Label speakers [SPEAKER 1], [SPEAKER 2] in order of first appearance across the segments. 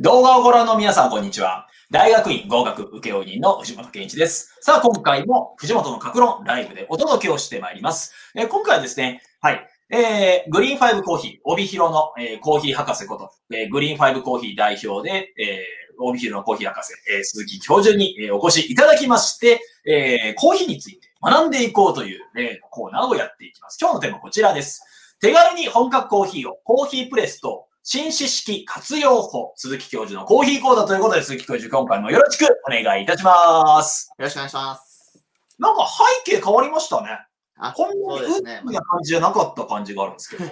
[SPEAKER 1] 動画をご覧の皆さん、こんにちは。大学院合格請負人の藤本健一です。さあ、今回も藤本の格論ライブでお届けをしてまいります。えー今回はですね、はい、えー、グリーンファイブコーヒー、帯広の、えーコーヒー博士こと、えーグリーンファイブコーヒー代表で、えー帯広のコーヒー博士、えー鈴木教授に、えーお越しいただきまして、えーコーヒーについて学んでいこうという、えーコーナーをやっていきます。今日のテーマはこちらです。手軽に本格コーヒーを、コーヒープレスと新知識活用法、鈴木教授のコーヒー講座ということで、鈴木教授、今回もよろしくお願いいたします。
[SPEAKER 2] よろしくお願いします。
[SPEAKER 1] なんか背景変わりましたね。
[SPEAKER 2] あ
[SPEAKER 1] こん
[SPEAKER 2] そ
[SPEAKER 1] な
[SPEAKER 2] うで
[SPEAKER 1] にウ
[SPEAKER 2] す
[SPEAKER 1] ッ
[SPEAKER 2] ね
[SPEAKER 1] ド。な感じじゃなかった感じがあるんですけど。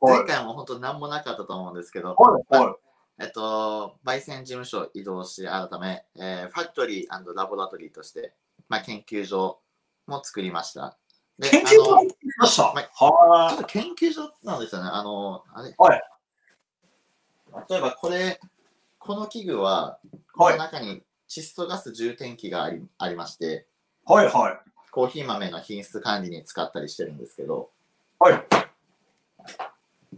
[SPEAKER 2] 前回も本当何もなかったと思うんですけど、
[SPEAKER 1] はい、 は
[SPEAKER 2] えっと、焙煎事務所を移動し、改め、えーファクトリーラボラトリーとして、まあ、研究所も作りました。
[SPEAKER 1] い。
[SPEAKER 2] で
[SPEAKER 1] 研究
[SPEAKER 2] あの
[SPEAKER 1] 会りました。
[SPEAKER 2] はいちょっ
[SPEAKER 1] は
[SPEAKER 2] と研究所なんですよね。あの、あれ。
[SPEAKER 1] はい
[SPEAKER 2] 例えばこれ、この器具は、こ
[SPEAKER 1] はい
[SPEAKER 2] の中に窒素ガス充填器がありありまして、
[SPEAKER 1] い。はい、はい。
[SPEAKER 2] コーヒー豆の品質管理に使ったりしてるんですけど、
[SPEAKER 1] はい。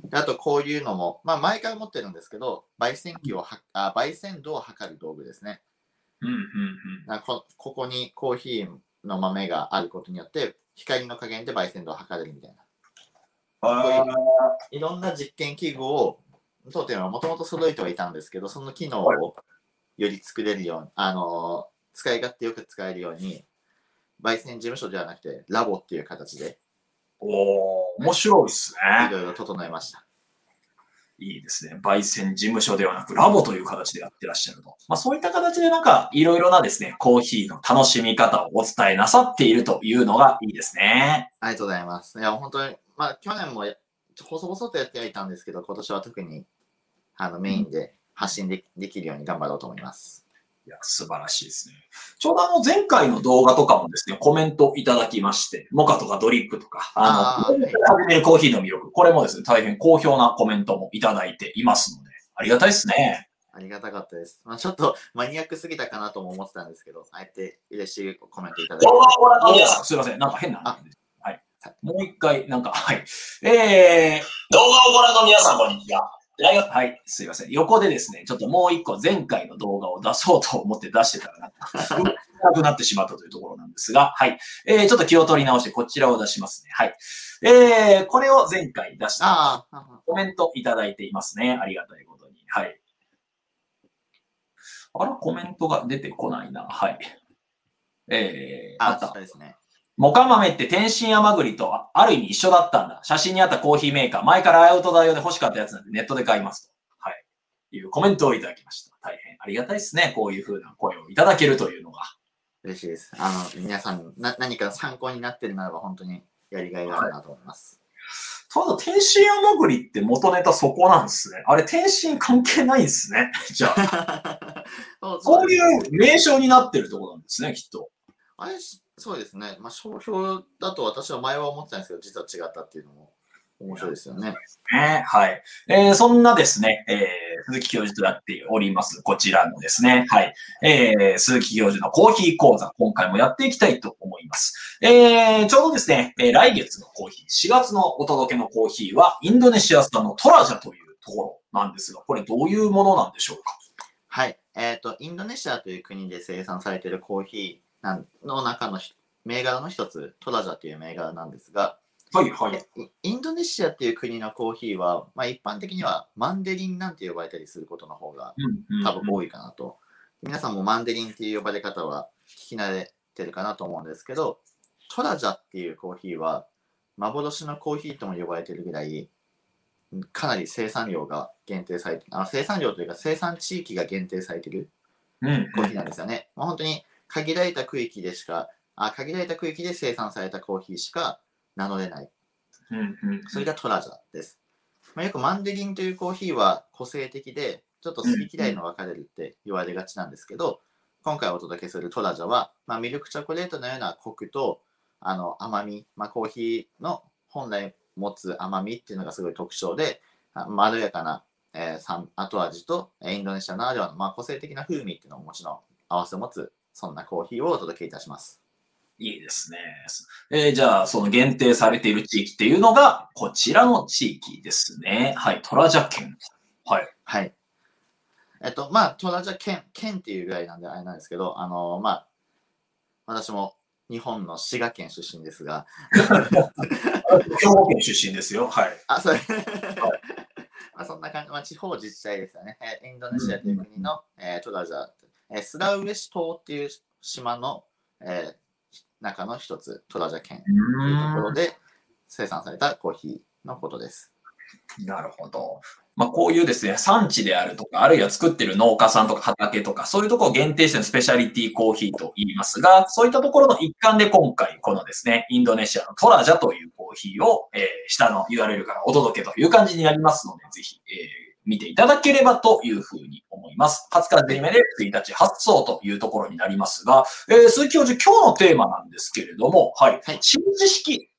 [SPEAKER 2] であとこういうのも、まあ、毎回持ってるんですけど、焙煎機をはあ焙煎度を測る道具ですね。
[SPEAKER 1] うん、うん、
[SPEAKER 2] なんかこここにコーヒーの豆があることによって、光の加減で焙煎度を測れるみたいな。
[SPEAKER 1] うん。えー
[SPEAKER 2] いろんな実験器具を当店はもともと揃えてはいたんですけど、その機能をより作れるように、あのー使い勝手よく使えるように、焙煎事務所ではなくて、ラボっていう形で
[SPEAKER 1] おー、面白いです
[SPEAKER 2] い
[SPEAKER 1] ね。
[SPEAKER 2] ろいろ整えました。
[SPEAKER 1] いいですね。焙煎事務所ではなく、ラボという形でやってらっしゃると。まあ、そういった形でなんか、いろいろなですね、コーヒーの楽しみ方をお伝えなさっているというのがいいですね。
[SPEAKER 2] ありがとうございます。いや、本当に、まあ、去年もや細々とやってはいたんですけど、今年は特にあのメインで発信できできるように頑張ろうと思います。
[SPEAKER 1] いや、素晴らしいですね。ちょうどあの前回の動画とかもですね、コメントいただきまして、モカとかドリップとか、あ
[SPEAKER 2] あー
[SPEAKER 1] の、始めるコーヒーの魅力、これもですね、大変好評なコメントもいただいていますので、ありがたいですね。
[SPEAKER 2] ありがたかったです。まあ、ちょっとマニアックすぎたかなとも思ってたんですけど、あえて嬉しいコメントいただいて
[SPEAKER 1] 動。画をご覧の皆さん、すいません、なんか変な話です。はい。もう一回、なんか、はい。えー、動画をご覧の皆さん、こんにちは。大学はい、すいません。横でですね、ちょっともう一個前回の動画を出そうと思って出してたら、なんか、なくなってしまったというところなんですが、はい。えー、ちょっと気を取り直して、こちらを出しますね。はい。えー、これを前回出した
[SPEAKER 2] ああ、
[SPEAKER 1] コメントいただいていますね。ありがたいことに。はい。あら、コメントが出てこないな。はい。えー、あ
[SPEAKER 2] あ
[SPEAKER 1] っ
[SPEAKER 2] った
[SPEAKER 1] た。
[SPEAKER 2] ですね。
[SPEAKER 1] モカ豆って天津甘栗とあある意味一緒だったんだ。写真にあったコーヒーメーカー、前からアウトダイオで欲しかったやつなんでネットで買いますと。はい。いうコメントをいただきました。大変ありがたいですね。こういう風な声をいただけるというのが。
[SPEAKER 2] 嬉しいです。あの、皆さんな、何か参考になってるならば、本当にやりがいがあるなと思います。
[SPEAKER 1] ただ、天津甘栗って元ネタそこなんですね。あれ、天津関係ないんですね。じゃあ、
[SPEAKER 2] そう
[SPEAKER 1] そう
[SPEAKER 2] です
[SPEAKER 1] いう名称になってるところなんですね、きっと。
[SPEAKER 2] あれ、しそうですね。まあ、商標だと私は前は思ってたんですけど、実は違ったっていうのも面白いですよね。
[SPEAKER 1] ね、はい。えーそんなですね、えー鈴木教授とやっております、こちらのですね、はい。えー鈴木教授のコーヒー講座、今回もやっていきたいと思います。えーちょうどですね、えー来月のコーヒー、4月のお届けのコーヒーは、インドネシア産のトラジャというところなんですが、これどういうものなんでしょうか
[SPEAKER 2] はい。えっ、と、インドネシアという国で生産されているコーヒーなんの中のひ銘柄の一つ、トラジャという銘柄なんですが、
[SPEAKER 1] はい、はい。
[SPEAKER 2] いインドネシアっていう国のコーヒーは、まあ、一般的にはマンデリンなんて呼ばれたりすることの方が
[SPEAKER 1] うん、うん。
[SPEAKER 2] 多分多いかなと。皆さんもマンデリンっていう呼ばれ方は聞き慣れてるかなと思うんですけど、トラジャっていうコーヒーは幻のコーヒーとも呼ばれてるぐらい、かなり生産量が限定されてあの生産量というか生産地域が限定されてる
[SPEAKER 1] うん。
[SPEAKER 2] コーヒーなんですよね。まあ、本当に限られた区域でしかあ、限られた区域で生産されたコーヒーしか名乗れない。
[SPEAKER 1] うん、うん。
[SPEAKER 2] それがトラジャです。まあ、よくマンデリンというコーヒーは個性的で、ちょっと好き嫌いの分かれるって言われがちなんですけど、今回お届けするトラジャは、まあ、ミルクチョコレートのようなコクとあの甘み、まあ、コーヒーの本来持つ甘みっていうのがすごい特徴で、あまろやかな、えー酸後味とえーインドネシアならではの、まあ、個性的な風味っていうのをもちろん合わせ持つ、そんなコーヒーをお届けいたします。
[SPEAKER 1] いいですね。えーじゃあ、その限定されている地域っていうのが、こちらの地域ですね。はい、トラジャ県。はい。
[SPEAKER 2] はい。えっと、まあ、トラジャ県、県っていうぐらいなんであれなんですけど、あの、まあ、私も日本の滋賀県出身ですが、
[SPEAKER 1] 兵庫県出身ですよ。はい。
[SPEAKER 2] あ、それ、 まあ、そんな感じ、まあ、地方自治体ですよね。えーインドネシアという国の、えートラジャ、えースラウエシ島っていう島の、えー中の一つ、トラジャ県というところで生産されたコーヒーのことです。
[SPEAKER 1] なるほど。まあ、こういうですね、産地であるとか、あるいは作ってる農家さんとか畑とか、そういうところを限定してのスペシャリティコーヒーと言いますが、そういったところの一環で今回、このですね、インドネシアのトラジャというコーヒーを、えー下の URL からお届けという感じになりますので、ぜひ、えー見ていただければというふうに思います。20日デリメで1日発送というところになりますが、えー鈴木教授、今日のテーマなんですけれども、はい、
[SPEAKER 2] はい
[SPEAKER 1] 新知識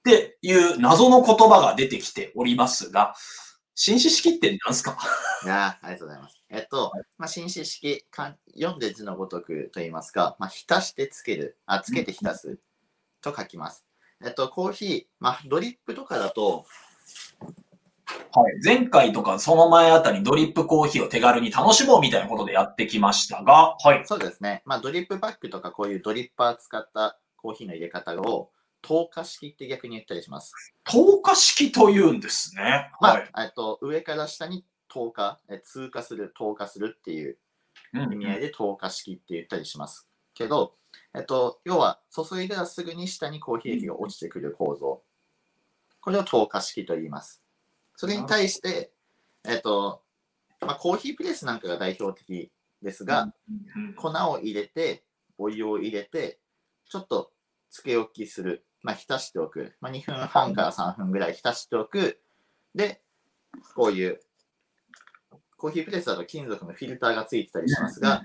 [SPEAKER 1] っていう謎の言葉が出てきておりますが、紳士式って何すか
[SPEAKER 2] いやーありがとうございます。えっと、まあ、紳士式、かん読んで字のごとくと言いますか、まあ、浸してつける、あ、つけて浸すと書きます。えっと、コーヒー、まあ、ドリップとかだと、
[SPEAKER 1] はい。前回とかその前あたりドリップコーヒーを手軽に楽しもうみたいなことでやってきましたが、はい。
[SPEAKER 2] そうですね、まあ、ドリップバッグとかこういうドリッパー使ったコーヒーの入れ方を、透過式って逆に言ったりします。
[SPEAKER 1] 透過式というんですね。
[SPEAKER 2] ま
[SPEAKER 1] はい。
[SPEAKER 2] あ、えっと、上から下に透過、え通過する、透過するっていう
[SPEAKER 1] うん
[SPEAKER 2] 意味合いで透過式って言ったりしますけど、えっと、要は注いだらすぐに下にコーヒー液が落ちてくる構造これを透過式と言いますそれに対して、えっとまあ、コーヒープレスなんかが代表的ですが、
[SPEAKER 1] うん
[SPEAKER 2] 粉を入れてお湯を入れてちょっとつけ置きする、まあ、浸しておく、まあ、2分半から3分ぐらい浸しておくでこういうコーヒープレスだと金属のフィルターがついてたりしますが、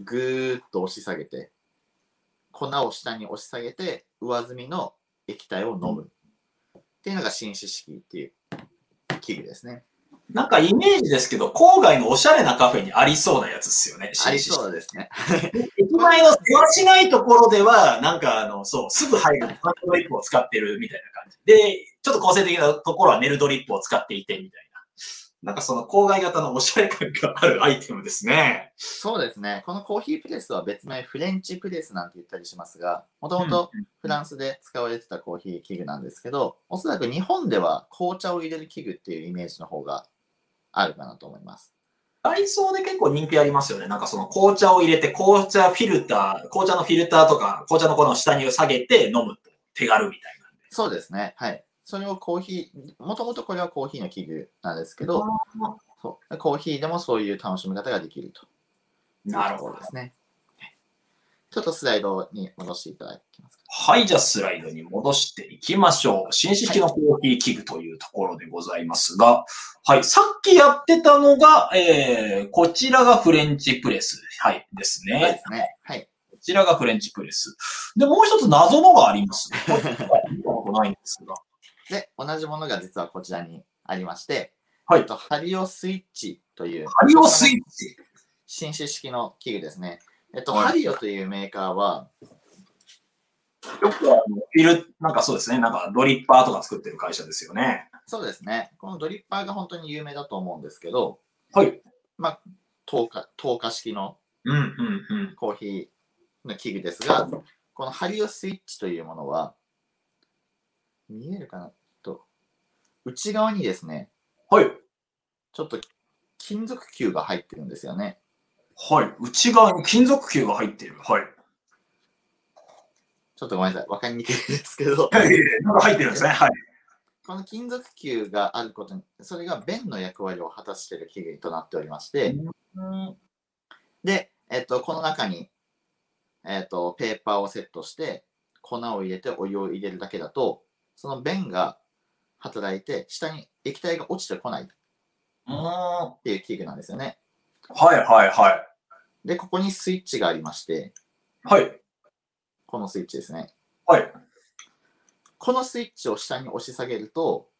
[SPEAKER 2] ぐーっと押し下げて、粉を下に押し下げて、上積みの液体を飲む。っていうのが紳士式っていう器具ですね。
[SPEAKER 1] なんかイメージですけど、郊外のおしゃれなカフェにありそうなやつですよね。
[SPEAKER 2] あり
[SPEAKER 1] 紳士式
[SPEAKER 2] そうですね。
[SPEAKER 1] 駅前の世話しないところでは、なんかあの、そう、すぐ入るハンドドリップを使ってるみたいな感じ。で、ちょっと個性的なところはネルドリップを使っていてみたいな。なんかその郊外型のおしゃれ感があるアイテムですね。
[SPEAKER 2] そうですね。このコーヒープレスは別名フレンチプレスなんて言ったりしますが、もともとフランスで使われてたコーヒー器具なんですけど、おそらく日本では紅茶を入れる器具っていうイメージの方があるかなと思います。
[SPEAKER 1] ダイソーで結構人気ありますよね。なんかその紅茶を入れて、紅茶フィルター、紅茶のフィルターとか、紅茶の粉を下に下げて飲むと手軽みたいな。
[SPEAKER 2] そうですね。はい。それをコーヒー、もともとこれはコーヒーの器具なんですけど
[SPEAKER 1] あー、
[SPEAKER 2] そうコーヒーでもそういう楽しみ方ができると。
[SPEAKER 1] なるほど
[SPEAKER 2] いうところですね。ちょっとスライドに戻していただきますか。
[SPEAKER 1] はい、じゃあスライドに戻していきましょう。紳士式のコーヒー器具というところでございますが、はい、さっきやってたのが、えー、こちらがフレンチプレス。はい、ですね。
[SPEAKER 2] そうですね。はい。
[SPEAKER 1] こちらがフレンチプレス。で、もう一つ謎のがあり ます。これ見たことないんですが。
[SPEAKER 2] で、同じものが実はこちらにありまして、
[SPEAKER 1] はい
[SPEAKER 2] えっとハリオスイッチという、
[SPEAKER 1] ハリオスイッチ。
[SPEAKER 2] 新種式の器具ですね。えっと、
[SPEAKER 1] はい
[SPEAKER 2] ハリオというメーカーは、
[SPEAKER 1] よくあの、いる、なんかそうですね。なんかドリッパーとか作ってる会社ですよね。
[SPEAKER 2] そうですね。このドリッパーが本当に有名だと思うんですけど、
[SPEAKER 1] はい。
[SPEAKER 2] 透過、透過式の
[SPEAKER 1] うん、うん、うん。
[SPEAKER 2] コーヒーの器具ですが、このハリオスイッチというものは、見えるかなと、内側にですね、
[SPEAKER 1] はい。
[SPEAKER 2] ちょっと金属球が入ってるんですよね。
[SPEAKER 1] はい。内側に金属球が入っている。はい。
[SPEAKER 2] ちょっとごめんなさい、わかりにくいですけど、
[SPEAKER 1] なんか入ってるんですね。はい。
[SPEAKER 2] この金属球があることに、それが弁の役割を果たしている器具となっておりまして、で、えっと、この中に、えっと、ペーパーをセットして、粉を入れてお湯を入れるだけだと、その弁が働いて、下に液体が落ちてこない。
[SPEAKER 1] うーん。は
[SPEAKER 2] っていう器具なんですよね。
[SPEAKER 1] いはいは
[SPEAKER 2] で、ここにスイッチがありまして、
[SPEAKER 1] い。はい。
[SPEAKER 2] このスイッチですね。
[SPEAKER 1] はい。
[SPEAKER 2] このスイッチを下に押し下げると、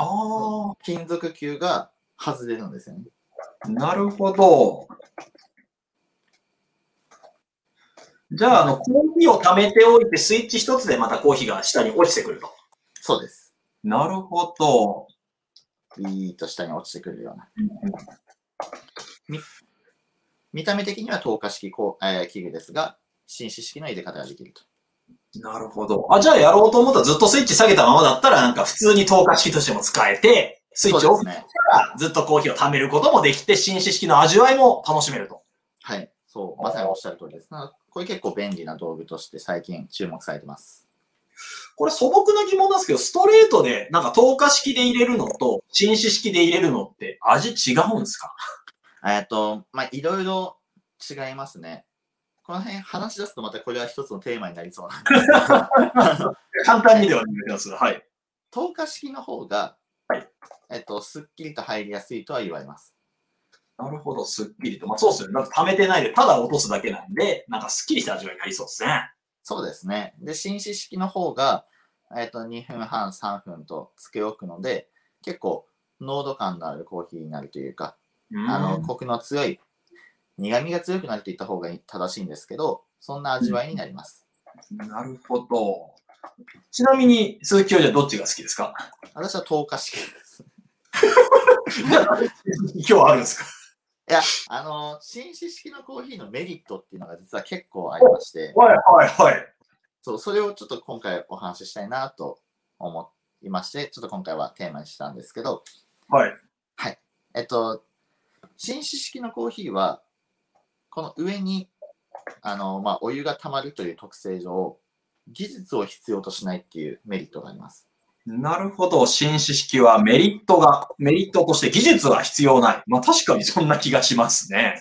[SPEAKER 1] あ
[SPEAKER 2] 金属球が外れるんですよね。
[SPEAKER 1] あ、なるほど。じゃあ、あの、コーヒーを溜めておいて、スイッチ一つでまたコーヒーが下に落ちてくると。
[SPEAKER 2] そうです。
[SPEAKER 1] なるほど。
[SPEAKER 2] ビーッと下に落ちてくるような。見た目的には透過式こう、えー器具ですが、紳士式の入れ方ができると。
[SPEAKER 1] なるほど。あ、じゃあやろうと思ったらずっとスイッチ下げたままだったらなんか普通に透過式としても使えて、スイッチオフ
[SPEAKER 2] そう
[SPEAKER 1] し
[SPEAKER 2] ですね。
[SPEAKER 1] たらずっとコーヒーを貯めることもできて、紳士式の味わいも楽しめると。
[SPEAKER 2] はい。そう、まさにおっしゃる通りです。なのでこれ結構便利な道具として最近注目されてます。
[SPEAKER 1] これ素朴な疑問なんですけど、ストレートでなんか透過式で入れるのと、紳士式で入れるのって味違うんですか
[SPEAKER 2] えっと、まあ、いろいろ違いますね。この辺話し出すとまたこれは一つのテーマになりそうなんですけ ど、
[SPEAKER 1] 簡単にではないです。はい。
[SPEAKER 2] 透過式の方が、
[SPEAKER 1] はい
[SPEAKER 2] えっと、すっきりと入りやすいとは言われます。
[SPEAKER 1] なるほど、すっきりと。まあそうですよね。なんか溜めてないで、ただ落とすだけなんで、なんかすっきりした味わいになりそうですね。
[SPEAKER 2] そうですね。で、紳士式の方が、えっと、2分半、3分とつけ置くので、結構濃度感のあるコーヒーになるというか、あの、コクの強い、苦味が強くなると言った方が正しいんですけど、そんな味わいになります。
[SPEAKER 1] なるほど。ちなみに、鈴木教授はどっちが好きですか
[SPEAKER 2] 私は透過式です。
[SPEAKER 1] 今日はあるんですか
[SPEAKER 2] いや、あの、紳士式のコーヒーのメリットっていうのが実は結構ありまして、
[SPEAKER 1] はいはいはい。
[SPEAKER 2] そう、それをちょっと今回お話ししたいなと思いまして、ちょっと今回はテーマにしたんですけど、
[SPEAKER 1] はい。
[SPEAKER 2] えっと、紳士式のコーヒーは、この上に、あの、まあ、お湯が溜まるという特性上、技術を必要としないっていうメリットがあります。
[SPEAKER 1] なるほど。紳士式はメリットが、メリットとして技術が必要ない。まあ確かにそんな気がしますね。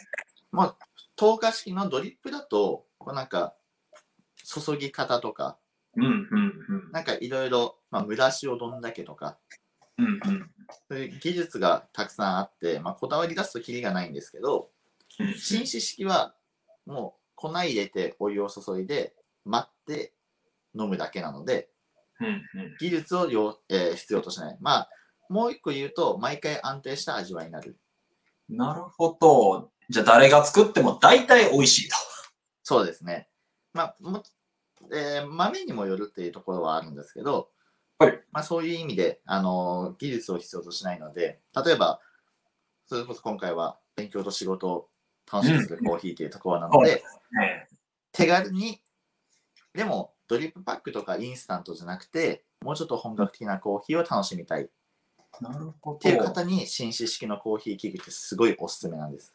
[SPEAKER 2] 透過式のドリップだと、こうなんか、注ぎ方とか、
[SPEAKER 1] うんうん
[SPEAKER 2] なんかいろいろ、まあ、蒸らしをどんだけとか、
[SPEAKER 1] うん。うんうん。
[SPEAKER 2] そういう技術がたくさんあって、まあ、こだわり出すとキリがないんですけど、
[SPEAKER 1] うん
[SPEAKER 2] 紳士式はもう粉入れてお湯を注いで待って飲むだけなので
[SPEAKER 1] うんうん。
[SPEAKER 2] 技術を要、えー必要としないまあもう一個言うと毎回安定した味わいになる
[SPEAKER 1] なるほど。じゃあ誰が作っても大体美味しいと。
[SPEAKER 2] そうですねまあも、えー豆にもよるっていうところはあるんですけど、
[SPEAKER 1] はい
[SPEAKER 2] まあ、そういう意味で、あのー技術を必要としないので例えばそれこそ今回は勉強と仕事を楽しくするコーヒーというところなので、
[SPEAKER 1] ね
[SPEAKER 2] 手軽に、でもドリップパックとかインスタントじゃなくて、もうちょっと本格的なコーヒーを楽しみたいっ
[SPEAKER 1] なるほ
[SPEAKER 2] ていう方に、紳士式のコーヒー器具ってすごいおすすめなんです。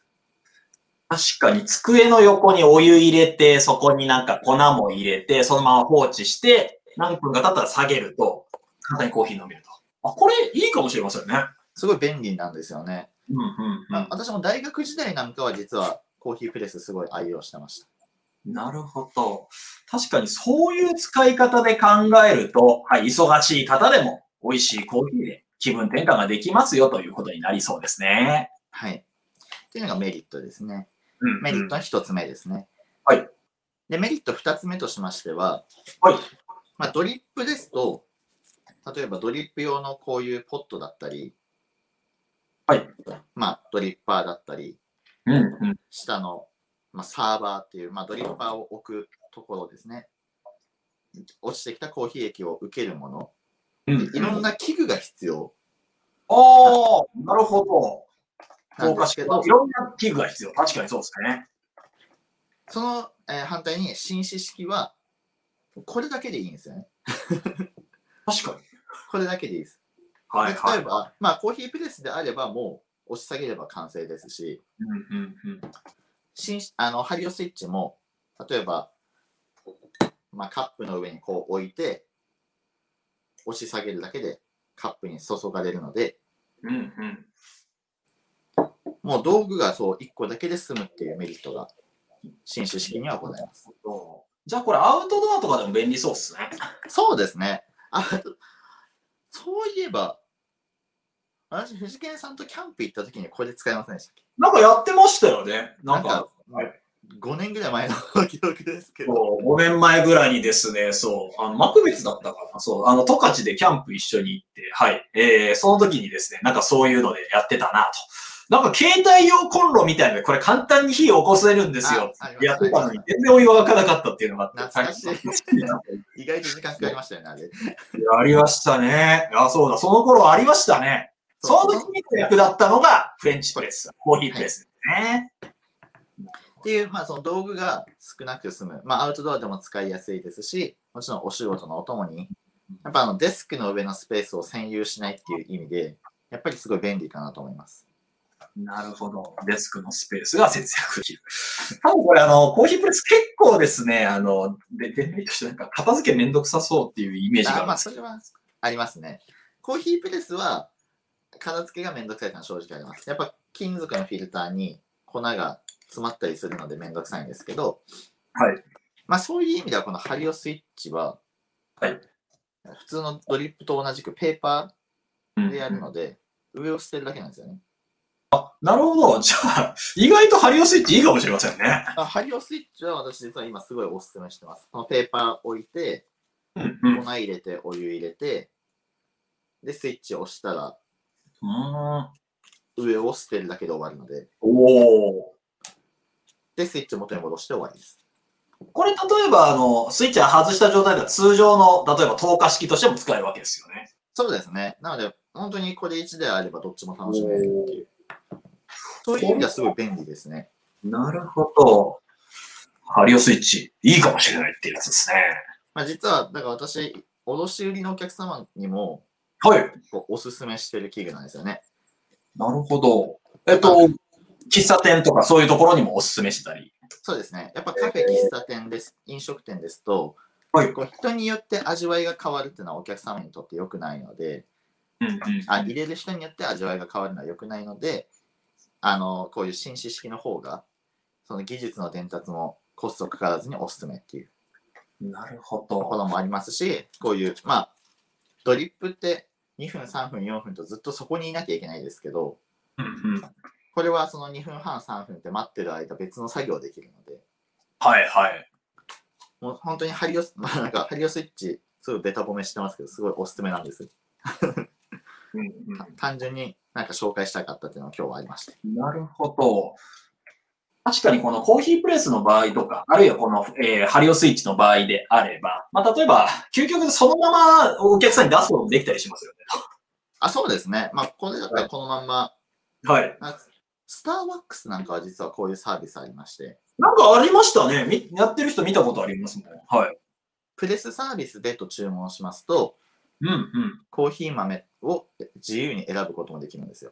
[SPEAKER 1] 確かに机の横にお湯入れて、そこになんか粉も入れて、そのまま放置して、何分か経ったら下げると、簡単にコーヒー飲めると。あ、これいいかもしれませんね。
[SPEAKER 2] すごい便利なんですよね。
[SPEAKER 1] うんうん、
[SPEAKER 2] まあ私も大学時代なんかは実はコーヒープレスすごい愛用してました。
[SPEAKER 1] なるほど。確かにそういう使い方で考えると、はい、忙しい方でも美味しいコーヒーで気分転換ができますよということになりそうですね。
[SPEAKER 2] はい。っていうのがメリットですね。
[SPEAKER 1] うんうん
[SPEAKER 2] メリットの一つ目ですね。
[SPEAKER 1] はい。
[SPEAKER 2] で、メリット二つ目としましては、
[SPEAKER 1] はい。
[SPEAKER 2] まあ、ドリップですと、例えばドリップ用のこういうポットだったり、
[SPEAKER 1] はい。
[SPEAKER 2] まあ、ドリッパーだったり、
[SPEAKER 1] うんうん。
[SPEAKER 2] 下の、まあ、サーバーっていう、まあ、ドリッパーを置くところですね。落ちてきたコーヒー液を受けるもの、
[SPEAKER 1] うん
[SPEAKER 2] いろんな器具が必要
[SPEAKER 1] ああ、なるほど。
[SPEAKER 2] な
[SPEAKER 1] そう
[SPEAKER 2] んで
[SPEAKER 1] か
[SPEAKER 2] すけ
[SPEAKER 1] し
[SPEAKER 2] ど
[SPEAKER 1] い、ろんな器具が必要。確かにそうですね。
[SPEAKER 2] その、えー反対に紳士式は、これだけでいいんですよね。
[SPEAKER 1] 確かに。
[SPEAKER 2] これだけでいいです。
[SPEAKER 1] はい
[SPEAKER 2] で
[SPEAKER 1] はい。
[SPEAKER 2] 例えば、まあ、コーヒープレスであれば、もう押し下げれば完成ですし、
[SPEAKER 1] うんうんうん。
[SPEAKER 2] 新あのハリオスイッチも、例えば、まあ、カップの上にこう置いて、押し下げるだけでカップに注がれるので、
[SPEAKER 1] うんうん。
[SPEAKER 2] もう道具がそう1個だけで済むっていうメリットが、新種式にはございます。
[SPEAKER 1] じゃあこれアウトドアとかでも便利そうですね。
[SPEAKER 2] そうですね。あとそういえば、私、藤健さんとキャンプ行った時にこれ使いませんでしたっけ
[SPEAKER 1] なんかやってましたよね。なんか、は
[SPEAKER 2] 5年ぐらい前の 記憶ですけど、
[SPEAKER 1] そう5年前ぐらいにですね、そう、あの、幕別だったかな、そう、あの、十勝でキャンプ一緒に行って、はい、えー、その時にですね、なんかそういうのでやってたなと。なんか携帯用コンロみたいなので、これ簡単に火を起こせるんですよ。
[SPEAKER 2] あありました
[SPEAKER 1] やってたのに全然お湯が沸かなかったっていうのがあって、
[SPEAKER 2] 懐かしい
[SPEAKER 1] 大変懐かしいな
[SPEAKER 2] 意外と時間かかりましたよね、あれ。
[SPEAKER 1] いやありましたね。あ、そうだ。その頃ありましたね。その時に役立ったのが、フレンチプレス、コーヒープレスですね。
[SPEAKER 2] っていう、まあ、その道具が少なく済む、まあ、アウトドアでも使いやすいですし、もちろんお仕事のお供に、やっぱあのデスクの上のスペースを占有しないっていう意味で、やっぱりすごい便利かなと思います。
[SPEAKER 1] なるほど。デスクのスペースが節約できる。多分これ、あの、コーヒープレス結構ですね、あの、で、デメリットしてなんか片付けめんどくさそうっていうイメージがあ
[SPEAKER 2] あ
[SPEAKER 1] るん
[SPEAKER 2] まあ、
[SPEAKER 1] です
[SPEAKER 2] それはありますね。コーヒープレスは、片付けがめんどくさいのは正直あります。やっぱ金属のフィルターに粉が詰まったりするのでめんどくさいんですけど、
[SPEAKER 1] はい。
[SPEAKER 2] まあ、そういう意味では、このハリオスイッチは、
[SPEAKER 1] はい
[SPEAKER 2] 普通のドリップと同じくペーパ
[SPEAKER 1] うん
[SPEAKER 2] ーでやるので、上を捨てるだけなんですよね。
[SPEAKER 1] なるほど。じゃあ、意外とハリオスイッチいいかもしれませんね。
[SPEAKER 2] あハリオスイッチは私実は今すごいおすすめしてます。このペーパー置いて、
[SPEAKER 1] うん
[SPEAKER 2] 粉入れて、お湯入れて、で、スイッチを押したら、
[SPEAKER 1] うん。
[SPEAKER 2] 上を捨てるだけで終わるので、
[SPEAKER 1] おお。
[SPEAKER 2] で、スイッチを元に戻して終わりです。
[SPEAKER 1] これ、例えば、あの、スイッチは外した状態では通常の、例えば、透過式としても使えるわけですよね。
[SPEAKER 2] そうですね。なので、本当にこれ1であればどっちも楽しめるっていう。そういう意味ではすごい便利ですね。
[SPEAKER 1] なるほど。ハリオスイッチ、いいかもしれないっていうやつですね。
[SPEAKER 2] まあ、実は、だから私、卸売りのお客様にも
[SPEAKER 1] はい。
[SPEAKER 2] こうおすすめしてる器具なんですよね。
[SPEAKER 1] なるほど。えっと、喫茶店とかそういうところにもおすすめしてたり。
[SPEAKER 2] そうですね。やっぱカフェ、喫茶店です、飲食店ですと、
[SPEAKER 1] はい
[SPEAKER 2] こう人によって味わいが変わるっていうのはお客様にとって良くないので、
[SPEAKER 1] うんうん。
[SPEAKER 2] あ入れる人によって味わいが変わるのは良くないのであのこういう紳士式の方がその技術の伝達もコストかからずにおすすめっていう
[SPEAKER 1] なるほ
[SPEAKER 2] とこ
[SPEAKER 1] ど。
[SPEAKER 2] ろもありますしこういうまあドリップって2分3分4分とずっとそこにいなきゃいけないですけど
[SPEAKER 1] うんうん。
[SPEAKER 2] これはその2分半3分って待ってる間別の作業できるので
[SPEAKER 1] はいはい。
[SPEAKER 2] もう本当にハリオス、 まあ、なんかハリオスイッチすごいベタ褒めしてますけどすごいおすすめなんです
[SPEAKER 1] うん
[SPEAKER 2] 単純になんか紹介したかったっていうのは今日はありました
[SPEAKER 1] うん、なるほど。確かにこのコーヒープレスの場合とか、あるいはこの、えーハリオスイッチの場合であれば、まあ、例えば、究極でそのままお客さんに出すこともできたりしますよ
[SPEAKER 2] あそうですねまあこれだったらこのまんま
[SPEAKER 1] ね。はい。
[SPEAKER 2] なんかスターバックスなんかは実はこういうサービスありまして、
[SPEAKER 1] なんかありましたね。みやってる人見たことありますもん。はい。
[SPEAKER 2] プレスサービスでと注文しますと、
[SPEAKER 1] うんうん。
[SPEAKER 2] コーヒー豆を自由に選ぶこともできるんですよ。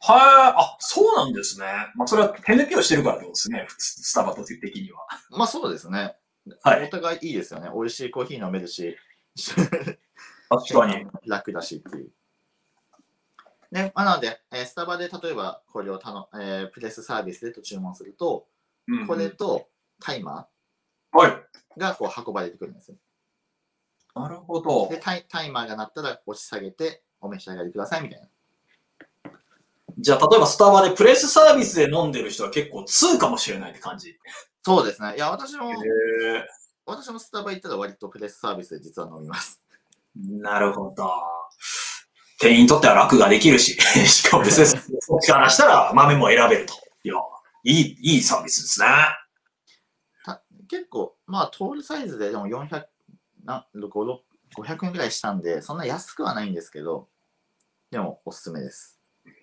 [SPEAKER 1] はい。あ、そうなんですね。まあ、それは手抜きをしてるからってことですね。ススタバと的には。
[SPEAKER 2] まあそうですね。
[SPEAKER 1] はい
[SPEAKER 2] お互いいいですよね。美味しいコーヒー飲めるし、
[SPEAKER 1] 確かに。
[SPEAKER 2] 楽だしっていう。ねまあ、なので、えースタバで例えばこれを頼、えープレスサービスでと注文すると、これとタイマ
[SPEAKER 1] はい。
[SPEAKER 2] ーがこう運ばれてくるんですよ。
[SPEAKER 1] なるほど
[SPEAKER 2] で。タイ、タイマーが鳴ったら押し下げてお召し上がりくださいみたいな。
[SPEAKER 1] じゃあ、例えばスタバでプレスサービスで飲んでる人は結構通かもしれないって感じ。へ
[SPEAKER 2] そうですね。いや、私も
[SPEAKER 1] え。
[SPEAKER 2] 私もスタバ行ったら割とプレスサービスで実は飲みます。
[SPEAKER 1] なるほど。店員にとっては楽ができるし、しかもですね、 そっちからしたら豆も選べると。いや、いい、いいサービスですね。
[SPEAKER 2] 結構、まあ、トールサイズででも400な5 6 500円ぐらいしたんで、そんな安くはないんですけど、でもおすすめです。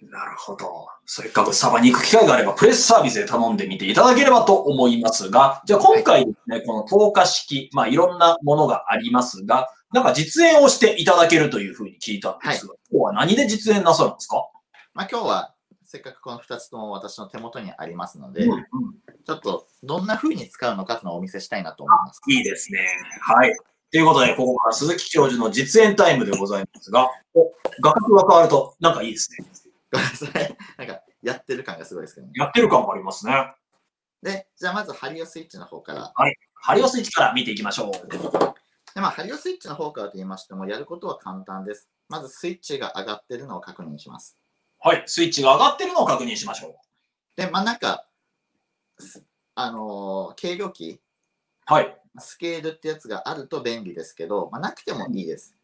[SPEAKER 1] なるほど。せっかくスタバに行く機会があれば、プレスサービスで頼んでみていただければと思いますが、じゃあ今回ですね、この透過式、まあいろんなものがありますが、なんか実演をしていただけるというふうに聞いたんですが、今日は何で実演なさるんですか
[SPEAKER 2] まあ、今日はせっかくこの2つとも私の手元にありますので、
[SPEAKER 1] うんうん
[SPEAKER 2] ちょっとどんな風に使うのかっていうのをお見せしたいなと思います。
[SPEAKER 1] いいですね。はい。ということで、ここから鈴木教授の実演タイムでございますが、お画角が変わると、なんかいいですね。
[SPEAKER 2] ごめんなさい。なんか、やってる感がすごいですけどね。
[SPEAKER 1] やってる感もありますね。
[SPEAKER 2] で、じゃあまずハリオスイッチの方から。
[SPEAKER 1] ハリオスイッチから見ていきましょう。
[SPEAKER 2] でまあ、ハリオスイッチの方からと言いましても、やることは簡単です。まずスイッチが上がってるのを確認します。
[SPEAKER 1] はい。スイッチが上がってるのを確認しましょう。
[SPEAKER 2] で、まあなんか、すあのー計量器、
[SPEAKER 1] はい。
[SPEAKER 2] スケールってやつがあると便利ですけど、まあ、なくてもいいです。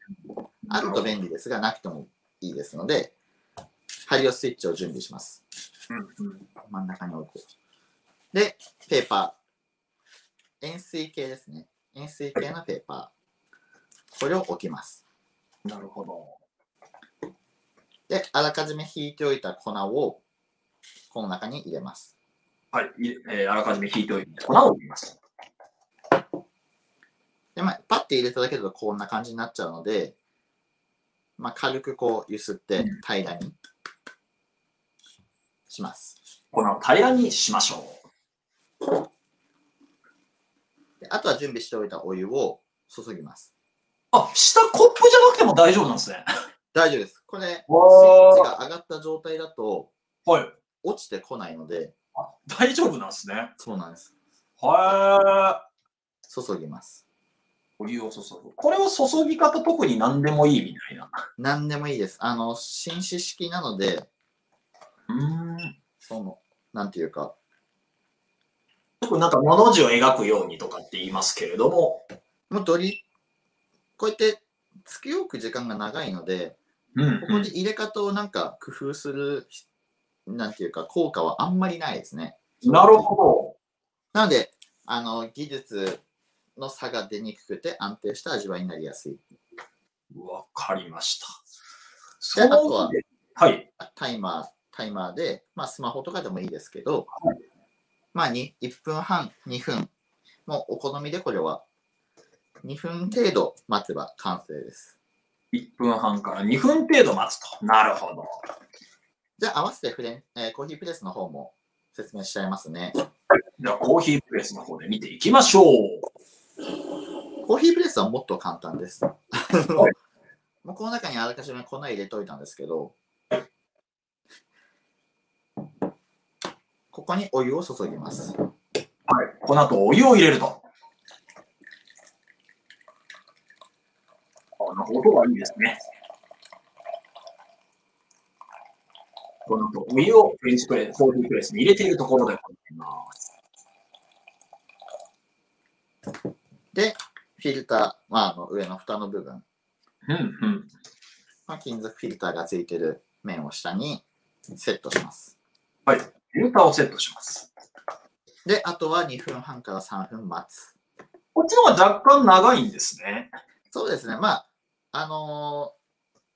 [SPEAKER 2] あると便利ですが、なくてもいいですので、ハリオスイッチを準備します。
[SPEAKER 1] うんうん
[SPEAKER 2] 真ん中に置こう。で、ペーパー。円錐形ですね。円錐形のペーパー。これを置きます。
[SPEAKER 1] なるほど。
[SPEAKER 2] で、あらかじめ引いておいた粉をこの中に入れます。
[SPEAKER 1] はい。いえーあらかじめ引いておいて、粉を入れます。
[SPEAKER 2] で、まあ、パッて入れただけだとこんな感じになっちゃうので、まあ、軽くこう、揺すって平らにします。
[SPEAKER 1] 粉を平らにしましょ
[SPEAKER 2] であとは準備しておいたお湯を注ぎます。
[SPEAKER 1] う。あ、下コップじゃなくても大丈夫なんですね。
[SPEAKER 2] 大丈夫です。これ、スイ
[SPEAKER 1] おー
[SPEAKER 2] ッチが上がった状態だと
[SPEAKER 1] はい。
[SPEAKER 2] 落ちてこないので、
[SPEAKER 1] 大丈夫なんですね。
[SPEAKER 2] そうなんです。
[SPEAKER 1] は
[SPEAKER 2] 注ぎます。
[SPEAKER 1] い。お湯を注ぐ。これは注ぎ方特に何でもいいみたいな。
[SPEAKER 2] 何でもいいです。あの、紳士式なので、
[SPEAKER 1] うーん。
[SPEAKER 2] その、なんていうか、
[SPEAKER 1] よくなんか、のの字を描くようにとかって言いますけれども。
[SPEAKER 2] もうドリ、こうやって、つけ置く時間が長いので、
[SPEAKER 1] うん、
[SPEAKER 2] ここで入れ方をなんか工夫する、なんていうか、効果はあんまりないですね。
[SPEAKER 1] なるほ
[SPEAKER 2] なので、あの、技術の差が出にくくて安定した味わいになりやすい。
[SPEAKER 1] ど。わかりました。
[SPEAKER 2] で
[SPEAKER 1] そ
[SPEAKER 2] あ
[SPEAKER 1] の
[SPEAKER 2] とは
[SPEAKER 1] 上ではい。
[SPEAKER 2] タイマー、タイマーで、まあ、スマホとかでもいいですけど、まあ、に1分半、2分、もうお好みでこれは、2分程度待てば完成です。
[SPEAKER 1] 1分半から2分程度待つと。なるほど。
[SPEAKER 2] じゃあ、合わせてフレン、えーコーヒープレスの方も説明しちゃいますね。
[SPEAKER 1] じゃあ、コーヒープレスの方で見ていきましょう。
[SPEAKER 2] コーヒープレスはもっと簡単です。あのもうこの中にあらかじめ粉入れといたんですけど、ここにお湯を注ぎます。
[SPEAKER 1] はい。この後、お湯を入れると。あ、なんか音がいいですね。この後、お湯をフレンチプレス、コーヒープレスに入れているところでございます。
[SPEAKER 2] で、フィルター、まあ、あの上の蓋の部分、
[SPEAKER 1] うんうん。
[SPEAKER 2] まあ、金属フィルターがついてる面を下にセットします。
[SPEAKER 1] はい。フィルターをセットします。
[SPEAKER 2] で、あとは2分半から3分待つ。
[SPEAKER 1] こっちの方が若干長いんですね。
[SPEAKER 2] そうですね、まあ、あの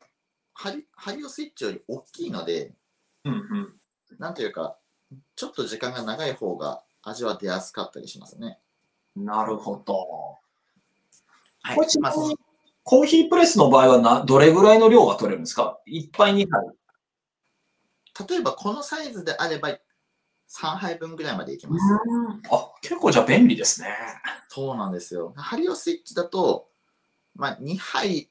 [SPEAKER 2] ー針、針をスイッチより大きいので、
[SPEAKER 1] うんうん。
[SPEAKER 2] なんというか、ちょっと時間が長い方が味は出やすかったりしますね。
[SPEAKER 1] なるほど。
[SPEAKER 2] は
[SPEAKER 1] これち
[SPEAKER 2] ま
[SPEAKER 1] な
[SPEAKER 2] あ、
[SPEAKER 1] み
[SPEAKER 2] そ
[SPEAKER 1] に
[SPEAKER 2] う
[SPEAKER 1] コーヒープレスの場合はな、どれぐらいの量が取れるんですか一杯二杯。
[SPEAKER 2] 例えばこのサイズであれば3杯分ぐらいまでいきます。
[SPEAKER 1] うん。あ、結構じゃあ便利ですね。
[SPEAKER 2] そうなんですよ。針をスイッチだと、まあ、2杯、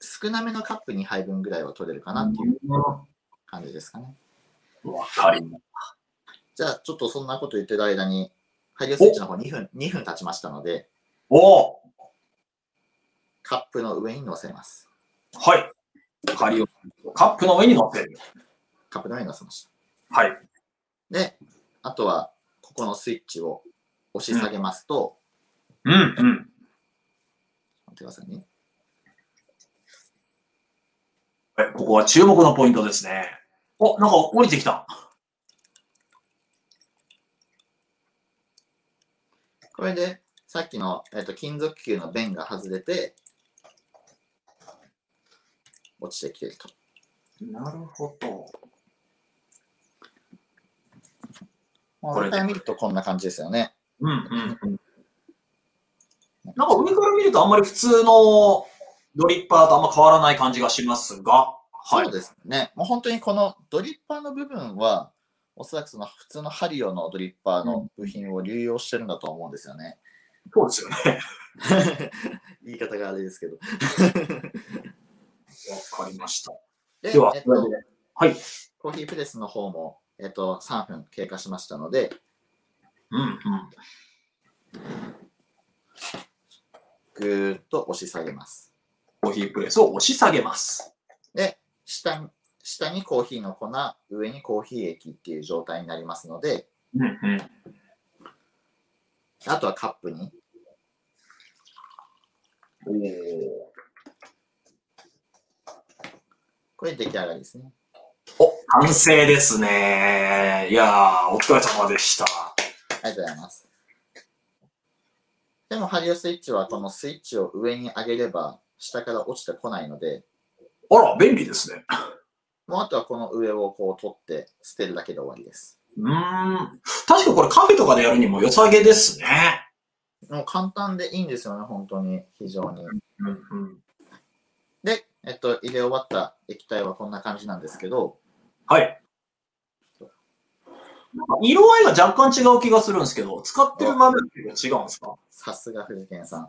[SPEAKER 2] 少なめのカップ2杯分ぐらいは取れるかなっていう感じですかね。
[SPEAKER 1] わかりま
[SPEAKER 2] じゃあ、ちょっとそんなこと言ってる間に、ハリオスイッチの方2分、2分経ちましたので、
[SPEAKER 1] おお
[SPEAKER 2] カップの上に乗せます。
[SPEAKER 1] はい。針をカップの上に乗ってる。
[SPEAKER 2] カップの上に乗せまし
[SPEAKER 1] はい。
[SPEAKER 2] た。で、あとは、ここのスイッチを押し下げますと、
[SPEAKER 1] うんうん。
[SPEAKER 2] 待ってくださいね。
[SPEAKER 1] はいここは注目のポイントですね。お、なんか降りてきた。
[SPEAKER 2] これで、さっきの、えっと金属球の弁が外れて、落ちてきていると。
[SPEAKER 1] なるほど。
[SPEAKER 2] これから見るとこんな感じですよね。
[SPEAKER 1] うんうんうん。なんか上から見るとあんまり普通のドリッパーとあんま変わらない感じがしますが、はい
[SPEAKER 2] そう。ですね。もう本当にこのドリッパーの部分は、おそらくその普通のハリオのドリッパーの部品を流用してるんだと思うんですよね。
[SPEAKER 1] そうですよね。
[SPEAKER 2] 言い方があれですけど。
[SPEAKER 1] わかりました。
[SPEAKER 2] で
[SPEAKER 1] では、
[SPEAKER 2] えっ
[SPEAKER 1] これ
[SPEAKER 2] と
[SPEAKER 1] で、
[SPEAKER 2] コーヒープレスの方も、えっと、3分経過しましたので、
[SPEAKER 1] うんうん。
[SPEAKER 2] ぐーっと押し下げます。
[SPEAKER 1] コーヒープレスを押し下げます。
[SPEAKER 2] で、下に下にコーヒーの粉、上にコーヒー液っていう状態になりますので、
[SPEAKER 1] うんうん。
[SPEAKER 2] あとはカップに。
[SPEAKER 1] おー
[SPEAKER 2] これ出来上がりですね。
[SPEAKER 1] お、完成ですね。いやー、お疲れ様でした。
[SPEAKER 2] ありがとうございます。でも、ハリオスイッチは、このスイッチを上に上げれば、下から落ちてこないので、
[SPEAKER 1] あら、便利ですね。
[SPEAKER 2] もうあとはこの上をこう取って捨てるだけで終わりです。
[SPEAKER 1] うーん。確かこれカフェとかでやるにも良さげですね。
[SPEAKER 2] もう簡単でいいんですよね、本当に、非常に。
[SPEAKER 1] うんうん。
[SPEAKER 2] で、えっと、入れ終わった液体はこんな感じなんですけど、
[SPEAKER 1] はい。なんか色合いが若干違う気がするんですけど、使ってる豆って違うんですか
[SPEAKER 2] さすが藤健さん。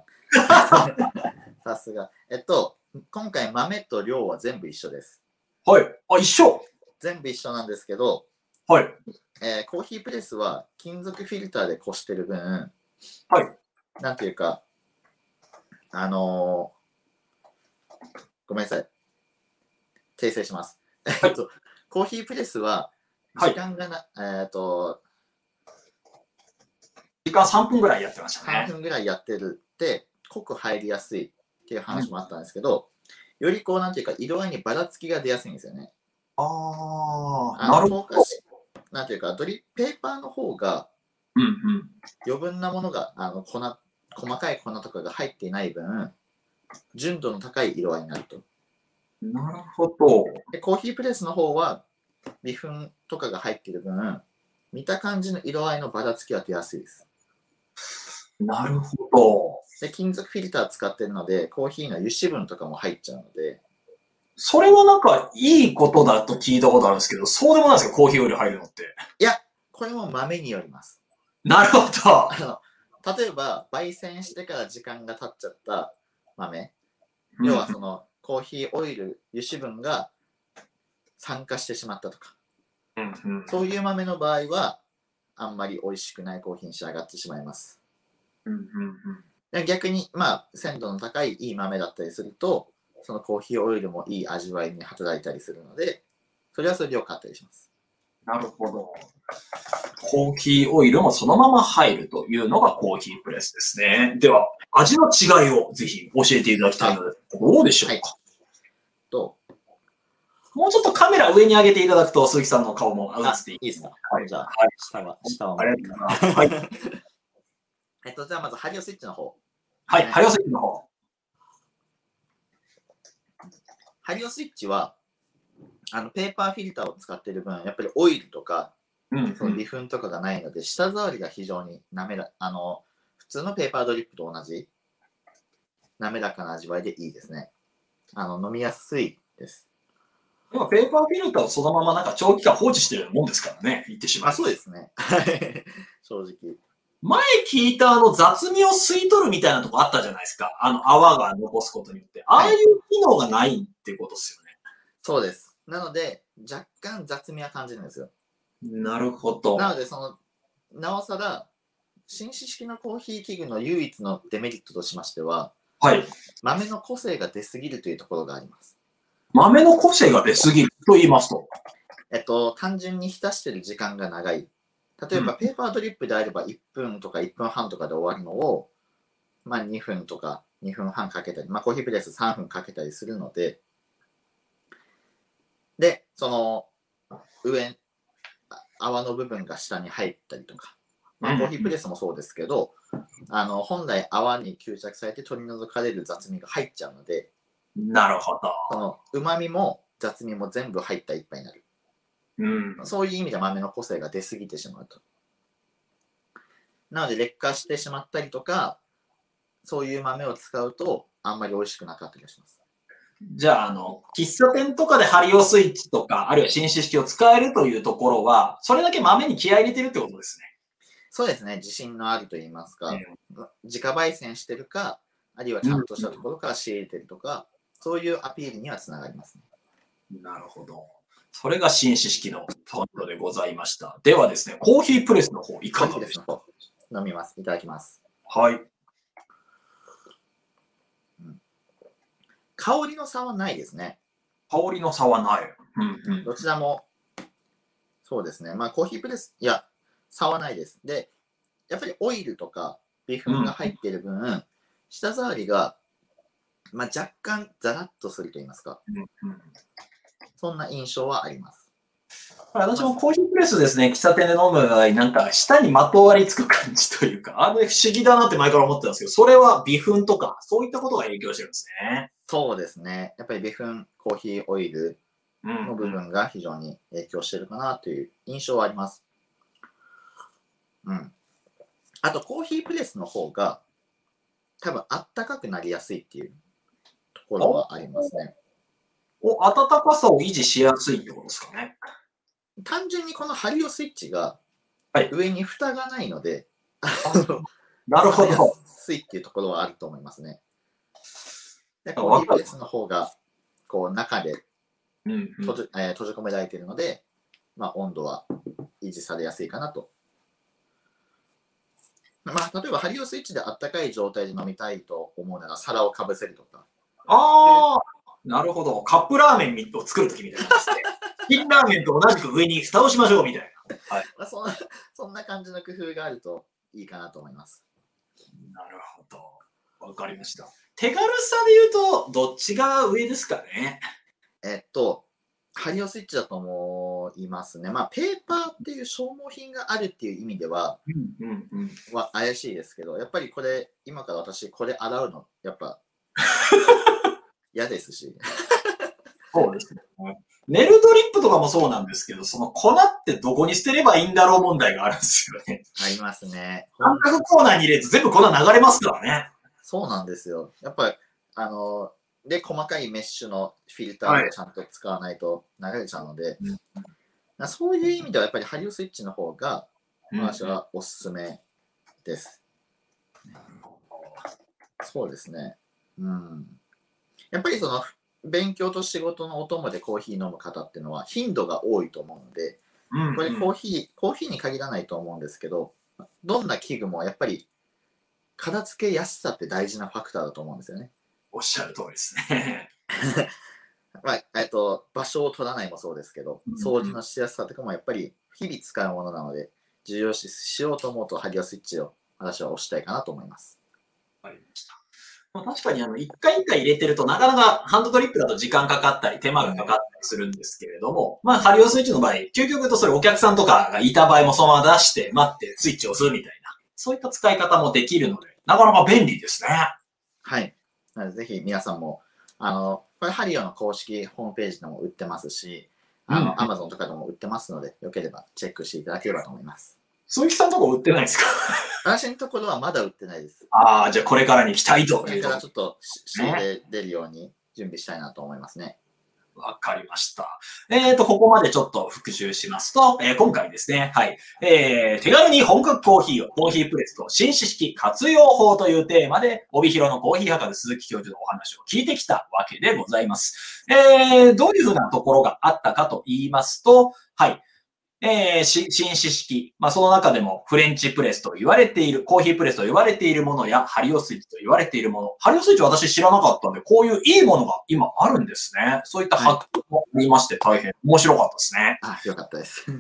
[SPEAKER 2] さすが。えっと、今回豆と量は全部一緒です。
[SPEAKER 1] はい。あ、一緒
[SPEAKER 2] 全部一緒なんですけど、
[SPEAKER 1] はい。。
[SPEAKER 2] えーコーヒープレスは金属フィルターでこしてる分、はいなんていうか、あのーごめんなさい。訂正します。えっと、コーヒープレスは、
[SPEAKER 1] はい
[SPEAKER 2] 時間がな、えーっと、
[SPEAKER 1] 時間3分ぐらいやってました
[SPEAKER 2] 半
[SPEAKER 1] ね。
[SPEAKER 2] 分ぐらいやってるって、濃く入りやすいっていう話もあったんですけど、よりこう、なんていうか、色合いにばらつきが出やすいんですよね。
[SPEAKER 1] ああ、
[SPEAKER 2] あ
[SPEAKER 1] なる
[SPEAKER 2] の
[SPEAKER 1] ほど。。
[SPEAKER 2] なんていうか、ドリペーパーの方が
[SPEAKER 1] うんうん。
[SPEAKER 2] 余分なものが、あの粉細かい粉とかが入っていない分、純度の高い色合いになると。
[SPEAKER 1] なるほど。
[SPEAKER 2] でコーヒープレスの方は、微粉とかが入っている分、見た感じの色合いのばらつきは出やすいです。
[SPEAKER 1] なるほど。
[SPEAKER 2] で金属フィルター使ってるので、コーヒーの油脂分とかも入っちゃうので、
[SPEAKER 1] それはなんか、いいことだと聞いたことあるんですけど、そうでもないですかコーヒーより入るのって。
[SPEAKER 2] これも豆によります。
[SPEAKER 1] なるほど。
[SPEAKER 2] あの例えば、焙煎してから時間が経っちゃった豆、要はそのコーヒーオイル油脂分が酸化してしまったとか
[SPEAKER 1] うんうん
[SPEAKER 2] そういう豆の場合はあんまり美味しくないコーヒーに仕上がってしまいます
[SPEAKER 1] うんうんうん
[SPEAKER 2] で逆にまあ鮮度の高いいい豆だったりするとそのコーヒーオイルもいい味わいに働いたりするのでそれはそれで良かったりします
[SPEAKER 1] なるほど。コーヒーオイルもそのまま入るというのがコーヒープレスですね。では、味の違いをぜひ教えていただきたいので、どうでしょうか、
[SPEAKER 2] はいと
[SPEAKER 1] もうちょっとカメラ上に上げていただくと、鈴木さんの顔も映っていい
[SPEAKER 2] いいですか
[SPEAKER 1] はい
[SPEAKER 2] じゃあ
[SPEAKER 1] はい
[SPEAKER 2] 下は下は
[SPEAKER 1] ありがとうございます。はい。
[SPEAKER 2] えっとじゃあまずハリオスイッチの方
[SPEAKER 1] はい。ハリオスイッチの方。
[SPEAKER 2] ハリオスイッチはあのペーパーフィルターを使っている分やっぱりオイルとか
[SPEAKER 1] うん、
[SPEAKER 2] その微粉とかがないので、舌触りが非常に滑らあの普通のペーパードリップと同じ滑らかな味わいでいいですね。あの飲みやすいです。
[SPEAKER 1] 今、ペーパーフィルターをそのままなんか長期間放置してるようなもんですからね、言ってしま。
[SPEAKER 2] あ、そうですすね。 はい正直。
[SPEAKER 1] 前聞いたあの雑味を吸い取るみたいなとこあったじゃないですか。あの泡が残すことによって。ああいう機能がないってことですよね。
[SPEAKER 2] そうです。なので、若干雑味は感じるんですよ。
[SPEAKER 1] なるほど。
[SPEAKER 2] なので、その、なおさら、紳士式のコーヒー器具の唯一のデメリットとしましては、
[SPEAKER 1] はい。
[SPEAKER 2] 豆の個性が出すぎるというところがあります。
[SPEAKER 1] 豆の個性が出すぎると言いますと。
[SPEAKER 2] えっと、単純に浸してる時間が長い。例えば、
[SPEAKER 1] うん
[SPEAKER 2] ペーパードリップであれば1分とか1分半とかで終わるのを、まあ、2分とか2分半かけたり、まあ、コーヒープレス3分かけたりするので、で、その、上、あ泡の部分が下に入ったりとか、
[SPEAKER 1] う
[SPEAKER 2] まあ、
[SPEAKER 1] ん
[SPEAKER 2] コーヒープレスもそうですけど、あの、本来泡に吸着されて取り除かれる雑味が入っちゃうので、
[SPEAKER 1] なるほど。
[SPEAKER 2] その、旨味も雑味も全部入った一杯になる。
[SPEAKER 1] うん。
[SPEAKER 2] そういう意味で豆の個性が出過ぎてしまうと。なので劣化してしまったりとか、そういう豆を使うとあんまり美味しくなかったりします。
[SPEAKER 1] じゃあ、あの、喫茶店とかでハリオスイッチとか、あるいは紳士式を使えるというところは、それだけ豆に気合い入れてるってことですね。
[SPEAKER 2] そうですね、自信のあると言いますか、
[SPEAKER 1] え
[SPEAKER 2] 自家焙煎してるか、あるいはちゃんとしたところから仕入れてるとか、そういうアピールにはつながりますね。
[SPEAKER 1] なるほど。それが紳士式のポイントでございました。ではですね、コーヒープレスの方、いかがでしょ
[SPEAKER 2] か飲みます。いただきます。
[SPEAKER 1] うかはい。
[SPEAKER 2] 香りの差はないですね。
[SPEAKER 1] 香りの差はない。うんうん。
[SPEAKER 2] どちらも、そうですね。まあ、コーヒープレス、いや、差はないです。で、やっぱりオイルとか、微粉が入っている分、舌触りが、まあ、若干ザラッとすると言いますか、
[SPEAKER 1] うんうん
[SPEAKER 2] そんな印象はあります。
[SPEAKER 1] 私もコーヒープレスですね、喫茶店で飲む場合、なんか舌にまとわりつく感じというか、あれ不思議だなって前から思ってたんですけど、それは微粉とか、そういったことが影響してるんですね。
[SPEAKER 2] そうですね。やっぱり微粉、コーヒーオイル、
[SPEAKER 1] うん
[SPEAKER 2] の部分が非常に影響してるかなという印象はあります。うん。あと、コーヒープレスの方が、多分、あったかくなりやすいっていうところはありますね。
[SPEAKER 1] お、温かさを維持しやすいってことですかね。
[SPEAKER 2] 単純にこのハリオスイッチが
[SPEAKER 1] はい、
[SPEAKER 2] 上に蓋がないので、
[SPEAKER 1] なるほ
[SPEAKER 2] 触り
[SPEAKER 1] ど。
[SPEAKER 2] やすいっていうところはあると思いますね。で、
[SPEAKER 1] あ
[SPEAKER 2] コー
[SPEAKER 1] わ
[SPEAKER 2] ヒ
[SPEAKER 1] か
[SPEAKER 2] ー
[SPEAKER 1] る
[SPEAKER 2] プレスの方が、こう、中で
[SPEAKER 1] うんうん
[SPEAKER 2] 閉じ,、えー閉じ込められているので、まあ、温度は維持されやすいかなと。まあ、例えば、ハリオスイッチであったかい状態で飲みたいと思うなら、皿をかぶせるとか。
[SPEAKER 1] ああ、なるほど。カップラーメンを作るときみたいな感 じで。金ラーメンと同じく上に蓋をしましょうみたい
[SPEAKER 2] まあ、そんなそんな感じの工夫があるといいかなと思います。
[SPEAKER 1] な。なるほど。わかりました。手軽さで言うと、どっちが上ですかね。
[SPEAKER 2] えっと、ハリオスイッチだと思いますね。まあ、ペーパーっていう消耗品があるっていう意味では、
[SPEAKER 1] うんうんうん。
[SPEAKER 2] は怪しいですけど、やっぱりこれ、今から私、これ洗うの、やっ ぱ、嫌ですし。
[SPEAKER 1] そうですね。ネルドリップとかもそうなんですけど、その粉ってどこに捨てればいいんだろう問題があるんですよね。
[SPEAKER 2] ありますね。
[SPEAKER 1] 三角コーナーに入れると全部粉流れますからね。
[SPEAKER 2] そうなんですよ。やっぱり、あの、で、細かいメッシュのフィルターをちゃんと使わないと流れちゃうので、
[SPEAKER 1] うん
[SPEAKER 2] なそういう意味では、やっぱりハリオスイッチの方が、私
[SPEAKER 1] うん
[SPEAKER 2] はおすすめです。そうですね。うん。やっぱりその、勉強と仕事のお供でコーヒー飲む方っていうのは頻度が多いと思うので、
[SPEAKER 1] うん
[SPEAKER 2] これコーヒー、コーヒーに限らないと思うんですけど、どんな器具もやっぱり片付けやすさって大事なファクターだと思うんですよね。
[SPEAKER 1] おっしゃる通りですね。
[SPEAKER 2] まあ、えっと、場所を取らないもそうですけど
[SPEAKER 1] うん、
[SPEAKER 2] 掃除のしやすさとかもやっぱり日々使うものなので、重要視しようと思うと、ハリオスイッチを私は押したいかなと思います。
[SPEAKER 1] わかりました。まあ、確かにあの、一回一回入れてると、なかなかハンドドリップだと時間かかったり、手間がかかったりするんですけれども、まあ、ハリオスイッチの場合、究極言うとそれお客さんとかがいた場合もそのまま出して、待って、スイッチを押すみたいな、そういった使い方もできるので、なかなか便利ですね。
[SPEAKER 2] はい。なので、ぜひ皆さんも、あの、これハリオの公式ホームページでも売ってますし、あ
[SPEAKER 1] うん
[SPEAKER 2] の、アマゾンとかでも売ってますので、よければチェックしていただければと思います。
[SPEAKER 1] 鈴木さんとこ売ってないですか
[SPEAKER 2] 私のところはまだ売ってないです。
[SPEAKER 1] ああ、じゃあこれからに期待と
[SPEAKER 2] こ
[SPEAKER 1] い
[SPEAKER 2] れ
[SPEAKER 1] う
[SPEAKER 2] か
[SPEAKER 1] とこ
[SPEAKER 2] らちょっとし仕入れ出るように準備したいなと思いますね。
[SPEAKER 1] わかりました。えっ、と、ここまでちょっと復習しますと、えー今回ですね、はい、えー手軽に本格コーヒーをコーヒープレスと新知識活用法というテーマで、帯広のコーヒー博士鈴木教授のお話を聞いてきたわけでございます。えーどういうふうなところがあったかと言いますと、はい、えーし新知識、まあ、その中でもフレンチプレスと言われている、コーヒープレスと言われているものや、ハリオスイッチと言われているもの、ハリオスイッチ私知らなかったんで、こういういいものが今あるんですね。そういった発見もありまして、大変面白かったですね。
[SPEAKER 2] あ、よかったです。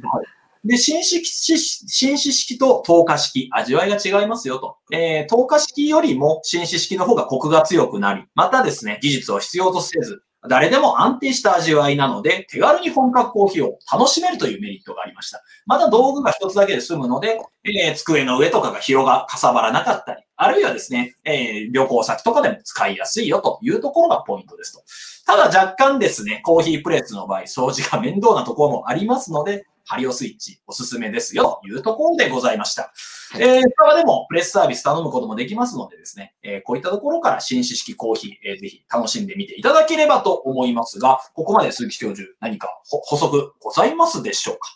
[SPEAKER 1] で、新式、し新式式と透過式、味わいが違いますよと。えー、透過式よりも新式式の方がコクが強くなり、またですね、技術を必要とせず、誰でも安定した味わいなので、手軽に本格コーヒーを楽しめるというメリットがありました。また道具が一つだけで済むので、えー机の上とかが広が、かさばらなかったり、あるいはですね、えー旅行先とかでも使いやすいよというところがポイントですと。ただ若干ですね、コーヒープレスの場合、掃除が面倒なところもありますので、ハリオスイッチおすすめですよというところでございました。
[SPEAKER 2] はい
[SPEAKER 1] えー、他はでもプレスサービス頼むこともできますのでですね、えーこういったところから新知識コーヒー、えーぜひ楽しんでみていただければと思いますが、ここまで鈴木教授、何かほ補足ございますでしょうか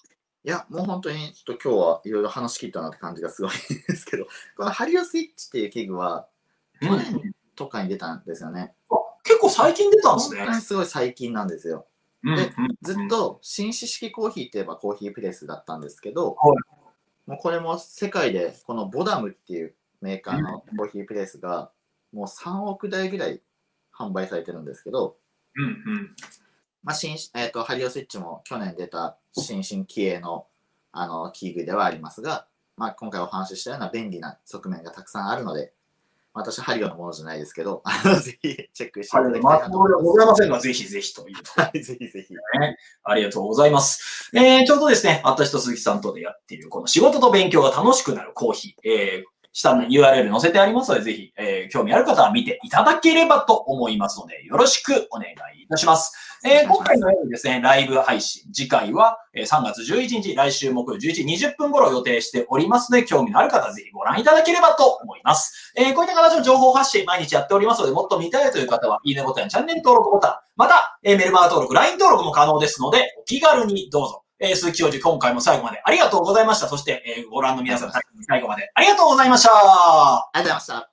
[SPEAKER 2] いや、もう本当にちょっと今日はいろいろ話し切ったなって感じがすごいですけど、このハリオスイッチっていう器具は、去
[SPEAKER 1] うん
[SPEAKER 2] 年とかに出たんですよね。
[SPEAKER 1] 結構最近出たんです
[SPEAKER 2] 本
[SPEAKER 1] ね
[SPEAKER 2] 当。にすごい最近なんですよ。
[SPEAKER 1] うんうん
[SPEAKER 2] ずっと紳士式コーヒーといえばコーヒープレスだったんですけど、
[SPEAKER 1] はい
[SPEAKER 2] もうこれも世界でこのボダムっていうメーカーのコーヒープレスがもう3億台ぐらい販売されてるんですけど、
[SPEAKER 1] うんうん
[SPEAKER 2] まあ新えー、とハリオスイッチも去年出た新進気鋭のあの器具ではありますが、まあ、今回お話ししたような便利な側面がたくさんあるので、まあ私はハリオのものじゃないですけど、あのぜひチェックしていただきたい
[SPEAKER 1] ま
[SPEAKER 2] な
[SPEAKER 1] あ、
[SPEAKER 2] と
[SPEAKER 1] こ
[SPEAKER 2] 思い
[SPEAKER 1] れは
[SPEAKER 2] ます。
[SPEAKER 1] ございませんが、ぜひぜひというところで
[SPEAKER 2] はい、 ぜひぜひ。
[SPEAKER 1] ありがとうございます。えー、ちょうどですね、私と鈴木さんとでやっている、この仕事と勉強が楽しくなるコーヒー、えー、下の URL 載せてありますので、ぜひ、えー興味ある方は見ていただければと思いますので、よろしくお願いいたします。えー今回のようにですね、ライブ配信、次回はえー3月11日、来週木曜11時20分頃予定しておりますので、興味のある方はぜひご覧いただければと思います。えーこういった形の情報発信、毎日やっておりますので、もっと見たいという方は、いいねボタン、チャンネル登録ボタン、また、えーメルマガ登録、LINE 登録も可能ですので、お気軽にどうぞ。えー鈴木教授、今回も最後までありがとうございました。そして、えーご覧の皆さん、最後までありがとうございました。
[SPEAKER 2] ありがとうございました。